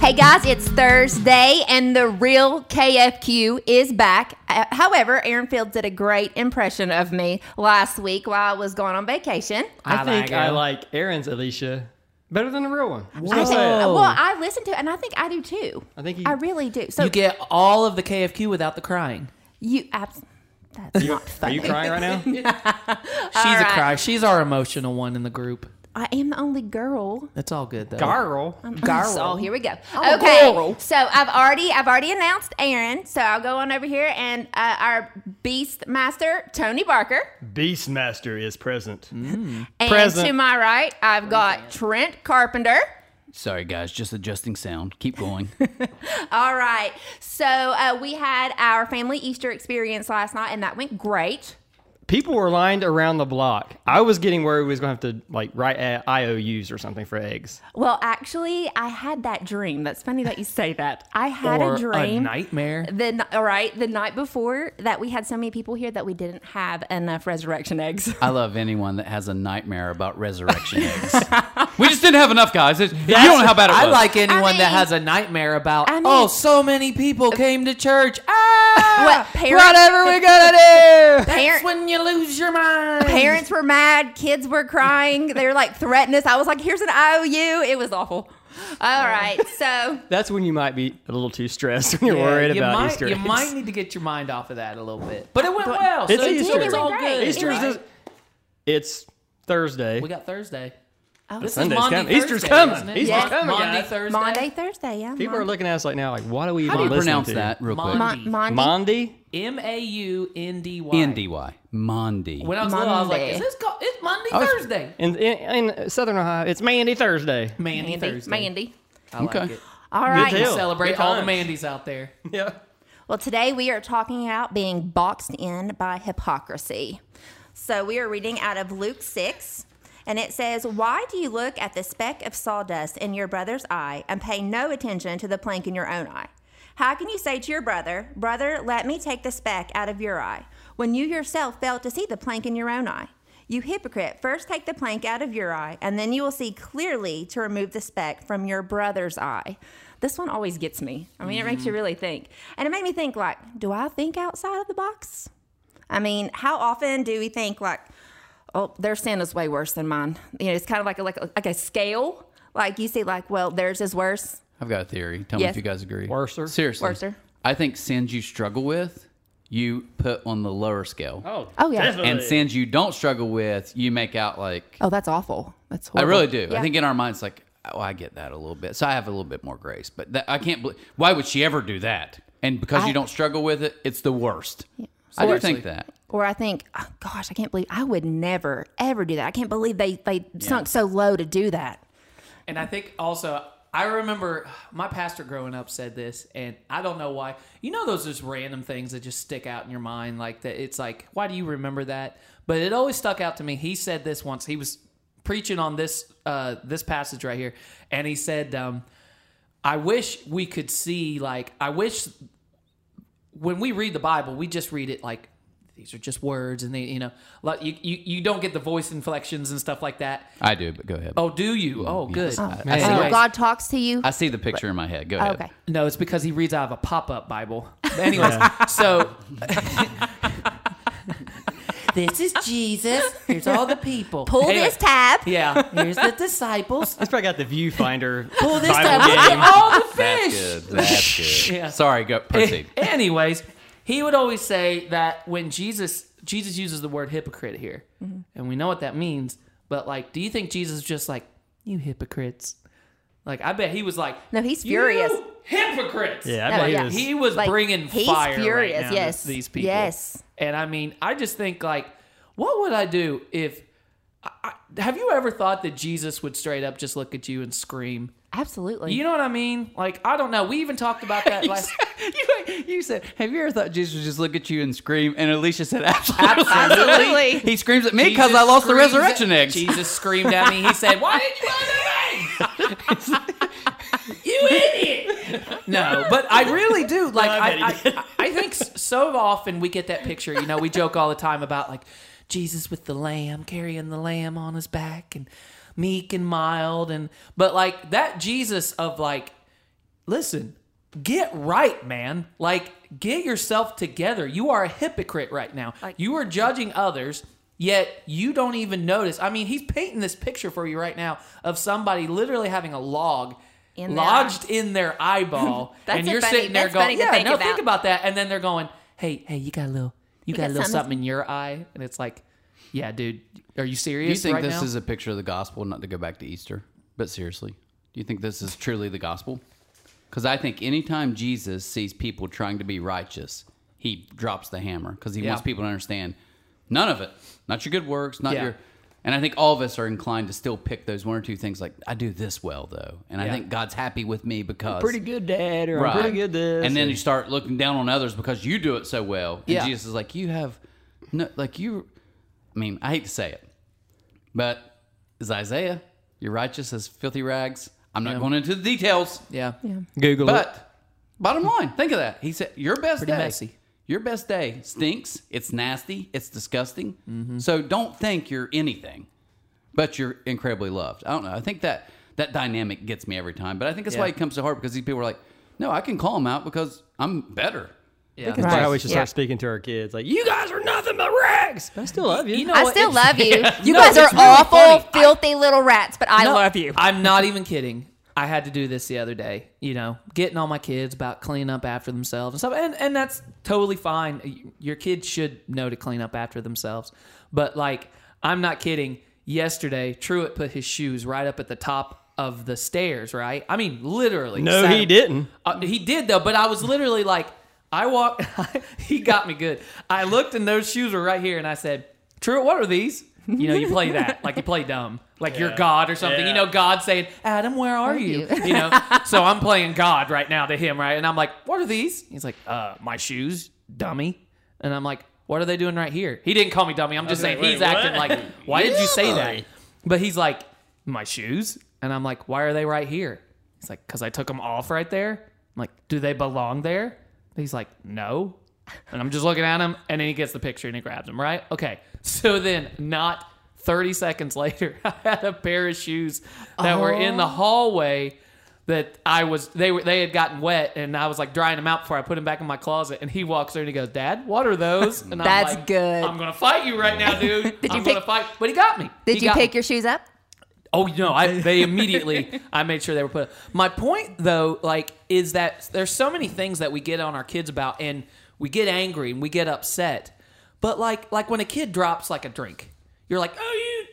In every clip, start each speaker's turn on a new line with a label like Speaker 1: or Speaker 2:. Speaker 1: Hey guys, it's Thursday and the real KFQ is back. Uh, However, Aaron Fields did a great impression of me last week while I was going on vacation.
Speaker 2: I,
Speaker 3: I
Speaker 2: think
Speaker 3: like
Speaker 2: I
Speaker 3: her.
Speaker 2: like Aaron's Alicia better than the real one.
Speaker 1: I think, uh,
Speaker 3: Whoa.
Speaker 1: well, I listened to it and I think I do too.
Speaker 2: I think he-
Speaker 1: I really do. So
Speaker 3: you get all of the KFQ without the crying.
Speaker 1: you abs- that's not
Speaker 2: Are
Speaker 1: funny.
Speaker 2: you crying right now?
Speaker 3: She's a
Speaker 1: right.
Speaker 3: cry. She's our emotional one in the group.
Speaker 1: I am the only girl.
Speaker 3: That's all good though.
Speaker 2: Gargle.
Speaker 3: Garl.
Speaker 1: So here we go.
Speaker 3: Oh,
Speaker 1: okay,
Speaker 3: girl.
Speaker 1: so I've already I've already announced Aaron. So I'll go on over here and uh, our beast master Tony Barker.
Speaker 2: Beastmaster is present.
Speaker 1: And
Speaker 2: Present.
Speaker 1: to my right, I've got Trent Carpenter.
Speaker 4: Sorry, guys, just adjusting sound. Keep going.
Speaker 1: All right. So uh, we had our family Easter experience last night, and that went great.
Speaker 2: People were lined around the block. I was getting worried we was gonna have to like write uh, a- IOUs or something for eggs.
Speaker 1: Well, actually, I had that dream. That's funny that you say that. I had
Speaker 3: or
Speaker 1: a dream.
Speaker 3: nightmare.
Speaker 1: the n- all right the night before that we had so many people here that we didn't have enough resurrection eggs.
Speaker 4: I love anyone that has a nightmare about resurrection eggs. we just didn't have enough, guys. It's- you don't know how bad it was.
Speaker 3: I like anyone
Speaker 1: I mean-
Speaker 3: that has a nightmare about.
Speaker 1: I mean- uh,
Speaker 3: oh, so many people came to church. Ah,
Speaker 1: What, parents-
Speaker 3: whatever we gonna do?
Speaker 1: Parent-
Speaker 3: That's when you lose your mind.
Speaker 1: Parents were mad. Kids were crying. They were like threatening us. I was like, "Here's an IOU." It was awful. All right, so
Speaker 2: That's when you might be a little too stressed when you're
Speaker 3: Yeah,
Speaker 2: worried
Speaker 3: you
Speaker 2: about
Speaker 3: might,
Speaker 2: Easter
Speaker 3: You
Speaker 2: eggs.
Speaker 3: might need to get your mind off of that a little bit. But it went well.
Speaker 2: It's
Speaker 3: so
Speaker 2: Easter.
Speaker 3: It's all
Speaker 1: It went great.
Speaker 3: good.
Speaker 2: Easter's
Speaker 1: It
Speaker 3: right?
Speaker 1: went-
Speaker 2: is- it's Thursday.
Speaker 3: We got Thursday.
Speaker 1: Oh,
Speaker 3: this
Speaker 2: Sunday's
Speaker 3: is Maundy
Speaker 2: coming. Easter's
Speaker 3: Thursday,
Speaker 2: coming.
Speaker 3: isn't it?
Speaker 2: Easter's
Speaker 1: Yes.
Speaker 2: coming,
Speaker 3: Maundy
Speaker 2: guys.
Speaker 3: Thursday.
Speaker 1: Monday, Thursday, yeah.
Speaker 2: People
Speaker 1: Monday.
Speaker 2: are looking at us like now, like, what are we?
Speaker 4: How do you
Speaker 2: even listening
Speaker 4: pronounce
Speaker 2: to?
Speaker 4: that real
Speaker 3: Mon-
Speaker 4: quick?
Speaker 1: Mon- Monday.
Speaker 2: Monday.
Speaker 3: M A U N D Y.
Speaker 4: N-D-Y. Mondi.
Speaker 3: When I was little, I was like,
Speaker 1: Monday.
Speaker 3: is this called? Oh, It's Monday,
Speaker 2: was-
Speaker 3: Thursday.
Speaker 2: In, in, in Southern Ohio, it's Mandy Thursday.
Speaker 3: Mandy,
Speaker 1: Mandy,
Speaker 3: Thursday.
Speaker 1: Mandy.
Speaker 3: I like
Speaker 4: Okay.
Speaker 3: it.
Speaker 1: All right.
Speaker 2: deal. Good
Speaker 3: Celebrate all the
Speaker 2: times.
Speaker 3: Mandy's out there.
Speaker 2: Yeah.
Speaker 1: Well, today we are talking about being boxed in by hypocrisy. So we are reading out of Luke 6, and it says, Why do you look at the speck of sawdust in your brother's eye and pay no attention to the plank in your own eye? How can you say to your brother, Brother, let me take the speck out of your eye, when you yourself fail to see the plank in your own eye? You hypocrite, first take the plank out of your eye, and then you will see clearly to remove the speck from your brother's eye. This one always gets me. I mean, it makes you really think. And it made me think like, do I think outside of the box? I mean, how often do we think like, oh, their sin is way worse than mine? You know, it's kind of like a, like a, like a scale. Like you see, like, well, theirs is worse.
Speaker 4: I've got a theory. Tell me
Speaker 1: Yes.
Speaker 4: if you guys agree.
Speaker 2: Worser?
Speaker 4: Seriously.
Speaker 1: Worser.
Speaker 4: I think sins you struggle with, you put on the lower scale.
Speaker 2: Oh.
Speaker 1: Oh, yeah.
Speaker 2: definitely.
Speaker 4: And sins you don't struggle with, you make out like,
Speaker 1: Oh, that's awful. That's
Speaker 4: I
Speaker 1: horrible.
Speaker 4: really do.
Speaker 1: Yeah.
Speaker 4: I think in our minds, like, oh, I get that a little bit. So I have a little bit more grace. But that, I can't believe, why would she ever do that? And because
Speaker 1: I-
Speaker 4: you don't struggle with it, it's the worst. I do think that.
Speaker 1: Or I think, oh, gosh, I can't believe I would never ever do that. I can't believe they they sunk so low to do that.
Speaker 3: And I think also, I remember my pastor growing up said this, and I don't know why. You know, those just random things that just stick out in your mind, like that. It's like, why do you remember that? But it always stuck out to me. He said this once. He was preaching on this uh, this passage right here, and he said, um, "I wish we could see like I wish when we read the Bible, we just read it like these are just words, and they you know like you you, you don't get the voice inflections and stuff like that.
Speaker 4: I do, but go ahead.
Speaker 3: Oh, do you? Oh, good.
Speaker 4: I see
Speaker 1: Oh,
Speaker 3: Anyways.
Speaker 1: God talks to you. Oh,
Speaker 4: I see the picture in my head. Go ahead.
Speaker 1: okay.
Speaker 3: No, it's because he reads out of a pop-up Bible. Anyways, so this is Jesus. Here's all the people.
Speaker 1: Pull this tab.
Speaker 3: Yeah, here's the disciples.
Speaker 2: He's probably got the viewfinder.
Speaker 3: Pull this
Speaker 2: Bible
Speaker 3: tab. Look
Speaker 2: game.
Speaker 3: at all the
Speaker 4: That's
Speaker 3: fish.
Speaker 4: good. That's good.
Speaker 3: Yeah.
Speaker 4: Sorry, go proceed.
Speaker 3: Anyways, he would always say that when Jesus Jesus uses the word hypocrite here,
Speaker 1: Mm-hmm.
Speaker 3: and we know what that means. But like, do you think Jesus is just like you hypocrites? Like, I bet he was like,
Speaker 1: No, he's
Speaker 3: "You
Speaker 1: furious.
Speaker 3: hypocrites.
Speaker 2: Yeah, I
Speaker 1: No,
Speaker 2: bet
Speaker 1: yeah.
Speaker 2: he was.
Speaker 3: He was
Speaker 1: Like,
Speaker 3: bringing
Speaker 1: he's
Speaker 3: fire right
Speaker 1: furious,
Speaker 3: now to
Speaker 1: yes.
Speaker 3: these people.
Speaker 1: Yes.
Speaker 3: And I mean, I just think like, what would I do if? I, I, have you ever thought that Jesus would straight up just look at you and scream?
Speaker 1: Absolutely.
Speaker 3: You know what I mean? Like, I don't know. We even talked about that last.
Speaker 4: you, you said, have you ever thought Jesus would just look at you and scream? And Alicia said, absolutely.
Speaker 1: Absolutely.
Speaker 4: he screams at me because
Speaker 3: Jesus
Speaker 4: I lost the
Speaker 3: screams at-
Speaker 4: resurrection eggs.
Speaker 3: Jesus screamed at me. He said, "Why didn't you let them in? you idiot!" No, but I really do. Like
Speaker 2: I bet
Speaker 3: I,
Speaker 2: he
Speaker 3: I, I think s- so often we get that picture. You know, we joke all the time about like Jesus with the lamb carrying the lamb on his back and meek and mild and but like that Jesus of like listen, get right, man. Like, get yourself together. You are a hypocrite right now. you are judging others, yet you don't even notice. I mean, he's painting this picture for you right now of somebody literally having a log.
Speaker 1: In their
Speaker 3: lodged in their eyeball,
Speaker 5: That's
Speaker 3: and
Speaker 5: a
Speaker 3: you're
Speaker 5: funny-
Speaker 3: sitting there
Speaker 5: that's funny
Speaker 3: going,
Speaker 5: to
Speaker 3: "Yeah,
Speaker 5: think
Speaker 3: no,
Speaker 5: about.
Speaker 3: think about that." And then they're going, "Hey, hey, you got a little, you, got, a
Speaker 1: got
Speaker 3: little
Speaker 1: something-
Speaker 3: something in your eye," and it's like, "Yeah, dude, are you serious?"
Speaker 4: Do you think
Speaker 3: right
Speaker 4: this
Speaker 3: now?
Speaker 4: is a picture of the gospel? Not to go back to Easter, but seriously, do you think this is truly the gospel? Because I think anytime Jesus sees people trying to be righteous, he drops the hammer because he
Speaker 3: Yeah.
Speaker 4: wants people to understand none of it, not your good works, not
Speaker 3: Yeah.
Speaker 4: your. And I think all of us are inclined to still pick those one or two things like I do this well though, and I
Speaker 3: Yeah.
Speaker 4: think God's happy with me because
Speaker 2: Pretty good dad, or I'm
Speaker 4: Right.
Speaker 2: pretty good this.
Speaker 4: And then you start looking down on others because you do it so well. And
Speaker 3: Yeah.
Speaker 4: Jesus is like, you have, no, like you, I mean, I hate to say it, but is Isaiah, you're righteous as filthy rags. I'm not going into the details,
Speaker 3: yeah,
Speaker 2: Google it.
Speaker 4: but bottom line, think of that. He said, your best
Speaker 3: Pretty
Speaker 4: day,
Speaker 3: messy.
Speaker 4: your best day stinks. It's nasty. It's disgusting. So don't think you're anything, but you're incredibly loved. I don't know. I think that that dynamic gets me every time, but I think that's
Speaker 3: Yeah.
Speaker 4: why it comes so hard because these people are like, no, I can call them out because I'm better.
Speaker 3: yeah.
Speaker 2: That's
Speaker 1: Right.
Speaker 2: why we should
Speaker 1: Yeah.
Speaker 2: start speaking to our kids. Like, you guys are nothing but rags. But I still love you.
Speaker 3: You know
Speaker 1: I
Speaker 3: what?
Speaker 1: still
Speaker 3: It's-
Speaker 1: love you. You
Speaker 3: No,
Speaker 1: guys are
Speaker 3: it's really
Speaker 1: awful,
Speaker 3: funny. I-
Speaker 1: filthy little rats, but I
Speaker 3: No,
Speaker 1: love you.
Speaker 3: I'm not even kidding. I had to do this the other day, you know, getting all my kids about cleaning up after themselves and stuff. And, and that's totally fine. Y- Your kids should know to clean up after themselves. But, like, I'm not kidding. Yesterday, Truett put his shoes right up at the top of the stairs, right? I mean, literally.
Speaker 2: No,
Speaker 3: Sat-
Speaker 2: he didn't.
Speaker 3: uh, he did though, but I was literally like, I walked. he got me good. I looked and those shoes were right here, and I said, "True, what are these?" You know, you play that like you play dumb, like you're God or something. You
Speaker 2: Yeah.
Speaker 3: know, God saying, "Adam, where are, you?" You? know. So I'm playing God right now to him, right? And I'm like, "What are these?" He's like, "Uh, my shoes, dummy." And I'm like, "What are they doing right here?" He didn't call me dummy. I'm just saying he's acting like, "Why did you say that?" But he's like, "My shoes," and I'm like, "Why are they right here?" He's like, because I took them off right there. I'm like, do they belong there? He's like, no. And I'm just looking at him, and then he gets the picture and he grabs him, right? Okay. So then, not 30 seconds later, I had a pair of shoes that were in
Speaker 1: Oh.
Speaker 3: the hallway that I was, they were, they had gotten wet, and I was like drying them out before I put them back in my closet. And he walks there and he goes, Dad, what are those? And
Speaker 1: That's
Speaker 3: I'm like,
Speaker 1: good.
Speaker 3: I'm going to fight you right now, dude.
Speaker 1: Did you pick-
Speaker 3: I'm going to fight. But he got me.
Speaker 1: Did
Speaker 3: He
Speaker 1: you
Speaker 3: got
Speaker 1: pick
Speaker 3: me.
Speaker 1: your shoes up?
Speaker 3: Oh no! I they immediately. I made sure they were put. My point though, like, is that there's so many things that we get on our kids about, and we get angry and we get upset. But like, like when a kid drops like a drink, you're like, "Oh, you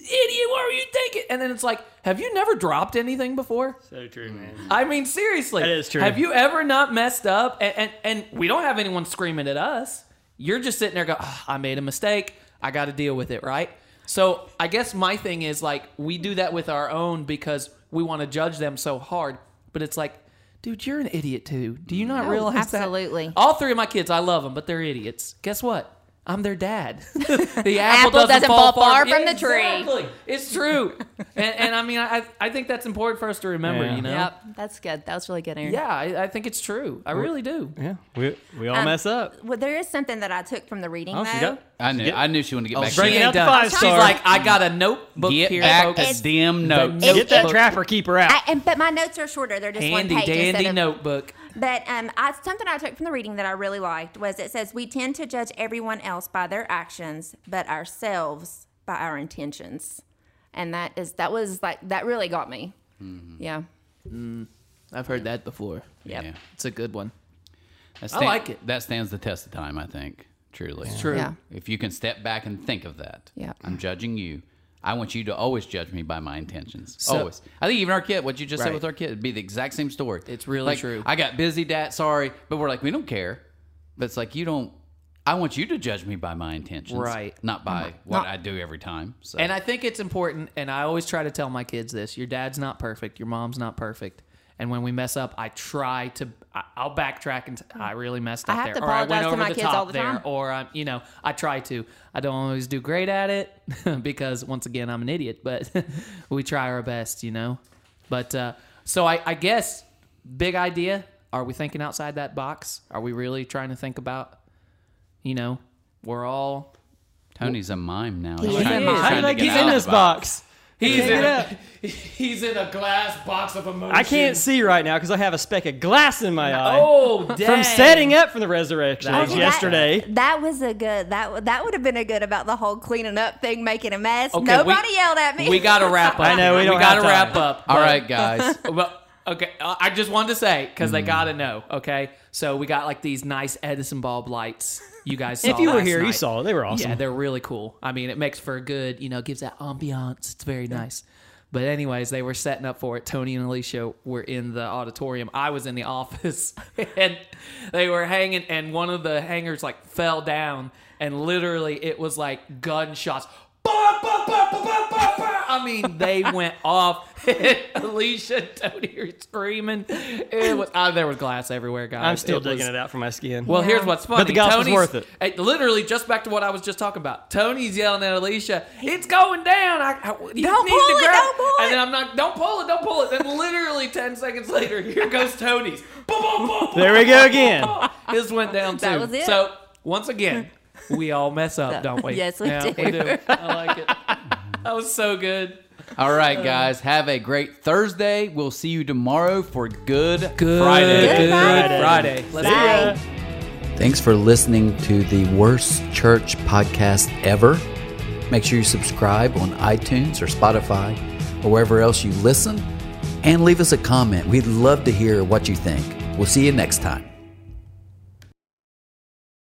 Speaker 3: idiot! What were you thinking?" And then it's like, "Have you never dropped anything before?"
Speaker 2: So true, man.
Speaker 3: I mean, seriously.
Speaker 2: That is true.
Speaker 3: Have you ever not messed up? And and, and we don't have anyone screaming at us. You're just sitting there going, "Ah, I made a mistake. I got to deal with it, right? So I guess my thing is like, we do that with our own because we want to judge them so hard. But it's like, dude, you're an idiot too. Do you not
Speaker 1: No,
Speaker 3: realize that?
Speaker 1: absolutely.
Speaker 3: All three of my kids, I love them, but they're idiots. Guess what? I'm their dad.
Speaker 1: Apple
Speaker 3: the apple, doesn't,
Speaker 1: doesn't
Speaker 3: fall,
Speaker 1: fall far from the tree.
Speaker 3: Exactly. It's true. and, and I mean, I, I think that's important for us to remember,
Speaker 2: Yeah.
Speaker 3: you know?
Speaker 5: Yep, that's good. That was really good, Aaron.
Speaker 3: Yeah, I, I think it's true. I really do.
Speaker 2: Yeah, we, we all
Speaker 1: Um,
Speaker 2: mess up.
Speaker 1: Well, there is something that I took from the reading
Speaker 2: Oh, she
Speaker 1: though.
Speaker 2: got,
Speaker 4: I knew, I knew she wanted to get back
Speaker 2: bring it
Speaker 4: to
Speaker 3: ain't
Speaker 2: out the
Speaker 3: done.
Speaker 2: five
Speaker 3: She's
Speaker 2: star.
Speaker 3: like, I got a notebook
Speaker 4: Get
Speaker 3: here,
Speaker 4: back
Speaker 3: folks.
Speaker 4: to damn
Speaker 3: The
Speaker 4: notes.
Speaker 1: note-
Speaker 2: get that
Speaker 1: Look.
Speaker 2: trapper keeper out.
Speaker 1: I, and but my notes are shorter; they're just
Speaker 3: Handy
Speaker 1: one page instead
Speaker 3: dandy
Speaker 1: of-
Speaker 3: notebook.
Speaker 1: But um, I, something I took from the reading that I really liked was it says we tend to judge everyone else by their actions, but ourselves by our intentions, and that is that was like that really got me.
Speaker 3: Mm-hmm.
Speaker 1: Yeah,
Speaker 3: I've heard that before.
Speaker 1: yep.
Speaker 4: Yeah.
Speaker 3: It's a good one.
Speaker 4: That
Speaker 3: I
Speaker 4: stan-
Speaker 3: like it.
Speaker 4: That stands the test of time, I think. Truly,
Speaker 3: True.
Speaker 1: Yeah.
Speaker 4: If you can step back and think of that,
Speaker 1: Yeah.
Speaker 4: I'm judging you. I want you to always judge me by my intentions.
Speaker 3: So-
Speaker 4: always. I think even our kid, what you just said
Speaker 3: Right.
Speaker 4: with our kid, would be the exact same story.
Speaker 3: It's really
Speaker 4: Like,
Speaker 3: true.
Speaker 4: I got busy, dad. Sorry, but we're like, we don't care. But it's like you don't. I want you to judge me by my intentions,
Speaker 3: Right.
Speaker 4: Not by what
Speaker 1: not-
Speaker 4: I do every time. So.
Speaker 3: And I think it's important, and I always try to tell my kids this your dad's not perfect, your mom's not perfect. And when we mess up, I try to, I- I'll backtrack and t- I really messed up
Speaker 1: Mm. have
Speaker 3: there.
Speaker 1: to
Speaker 3: or I
Speaker 1: apologize
Speaker 3: went
Speaker 1: to
Speaker 3: over
Speaker 1: my
Speaker 3: the
Speaker 1: kids
Speaker 3: top
Speaker 1: all the
Speaker 3: there.
Speaker 1: time.
Speaker 3: Or I'm, you know, I try to. I don't always do great at it because, once again, I'm an idiot, but we try our best, you know? But uh, so I, I guess, big idea. Are we thinking outside that box? Are we really trying to think about, you know, we're all
Speaker 4: Tony's a mime now.
Speaker 1: He is
Speaker 4: trying-
Speaker 1: a mime.
Speaker 2: How
Speaker 4: trying
Speaker 1: How
Speaker 2: do
Speaker 1: do
Speaker 4: to
Speaker 2: you
Speaker 4: get
Speaker 2: he's
Speaker 4: out
Speaker 2: in
Speaker 4: of
Speaker 2: this
Speaker 4: the box.
Speaker 2: box?
Speaker 3: He's
Speaker 2: Pick it
Speaker 3: in,
Speaker 2: up.
Speaker 3: he's in a glass box of emotion.
Speaker 2: I can't see right now because I have a speck of glass in my eye.
Speaker 3: Oh, dang.
Speaker 2: From setting up for the resurrection
Speaker 3: That
Speaker 2: eggs
Speaker 3: was
Speaker 1: Okay,
Speaker 2: yesterday.
Speaker 1: That, that was a good. That w- that would have been a good about the whole cleaning up thing, making a mess.
Speaker 3: Okay,
Speaker 1: Nobody
Speaker 3: we-
Speaker 1: yelled at me.
Speaker 3: We got to wrap up.
Speaker 2: I know, we don't
Speaker 3: got to
Speaker 2: have time.
Speaker 3: wrap up.
Speaker 4: All right, guys.
Speaker 3: Well, okay. uh, I I just wanted to say because
Speaker 2: Mm.
Speaker 3: they gotta know. Okay, so we got like these nice Edison bulb lights. You guys, saw
Speaker 2: if you were
Speaker 3: last
Speaker 2: here, you
Speaker 3: night.
Speaker 2: saw it. They were awesome.
Speaker 3: Yeah, they're really cool. I mean, it makes for a good, you know, gives that ambiance. It's very nice. But anyways, they were setting up for it. Tony and Alicia were in the auditorium. I was in the office, and they were hanging. And one of the hangers like fell down, and literally it was like gunshots. Bah, bah, bah, bah, bah, bah, bah. I mean, they went off. Alicia, and Tony were screaming. It was ah, there was glass everywhere, guys.
Speaker 2: I'm still
Speaker 3: it
Speaker 2: digging
Speaker 3: was,
Speaker 2: it out from my skin.
Speaker 3: well,
Speaker 1: Yeah.
Speaker 3: here's what's funny.
Speaker 2: But the gospel's
Speaker 3: Tony's,
Speaker 2: worth it.
Speaker 3: Hey, Literally, just back to what I was just talking about. Tony's yelling at Alicia, "It's going down! I, I you
Speaker 1: Don't
Speaker 3: need
Speaker 1: pull
Speaker 3: to
Speaker 1: it,
Speaker 3: grab."
Speaker 1: don't pull
Speaker 3: and then I'm not, "Don't pull it! Don't pull it!" Then literally ten seconds later, here goes Tony's. Boom, boom, boom, boom,
Speaker 2: there we go again.
Speaker 3: His went down too.
Speaker 1: That was it.
Speaker 3: So once again, we all mess up, don't we?
Speaker 1: Yes, we
Speaker 3: Yeah,
Speaker 1: do.
Speaker 3: We do. I like it. That was so good.
Speaker 4: All right, guys. Have a great Thursday. We'll see you tomorrow for Good,
Speaker 3: Good
Speaker 4: Friday.
Speaker 1: Good Friday.
Speaker 3: Friday. Let's
Speaker 1: Bye.
Speaker 3: go.
Speaker 4: Thanks for listening to the Worst Church podcast ever. Make sure you subscribe on iTunes or Spotify or wherever else you listen and leave us a comment. We'd love to hear what you think. We'll see you next time.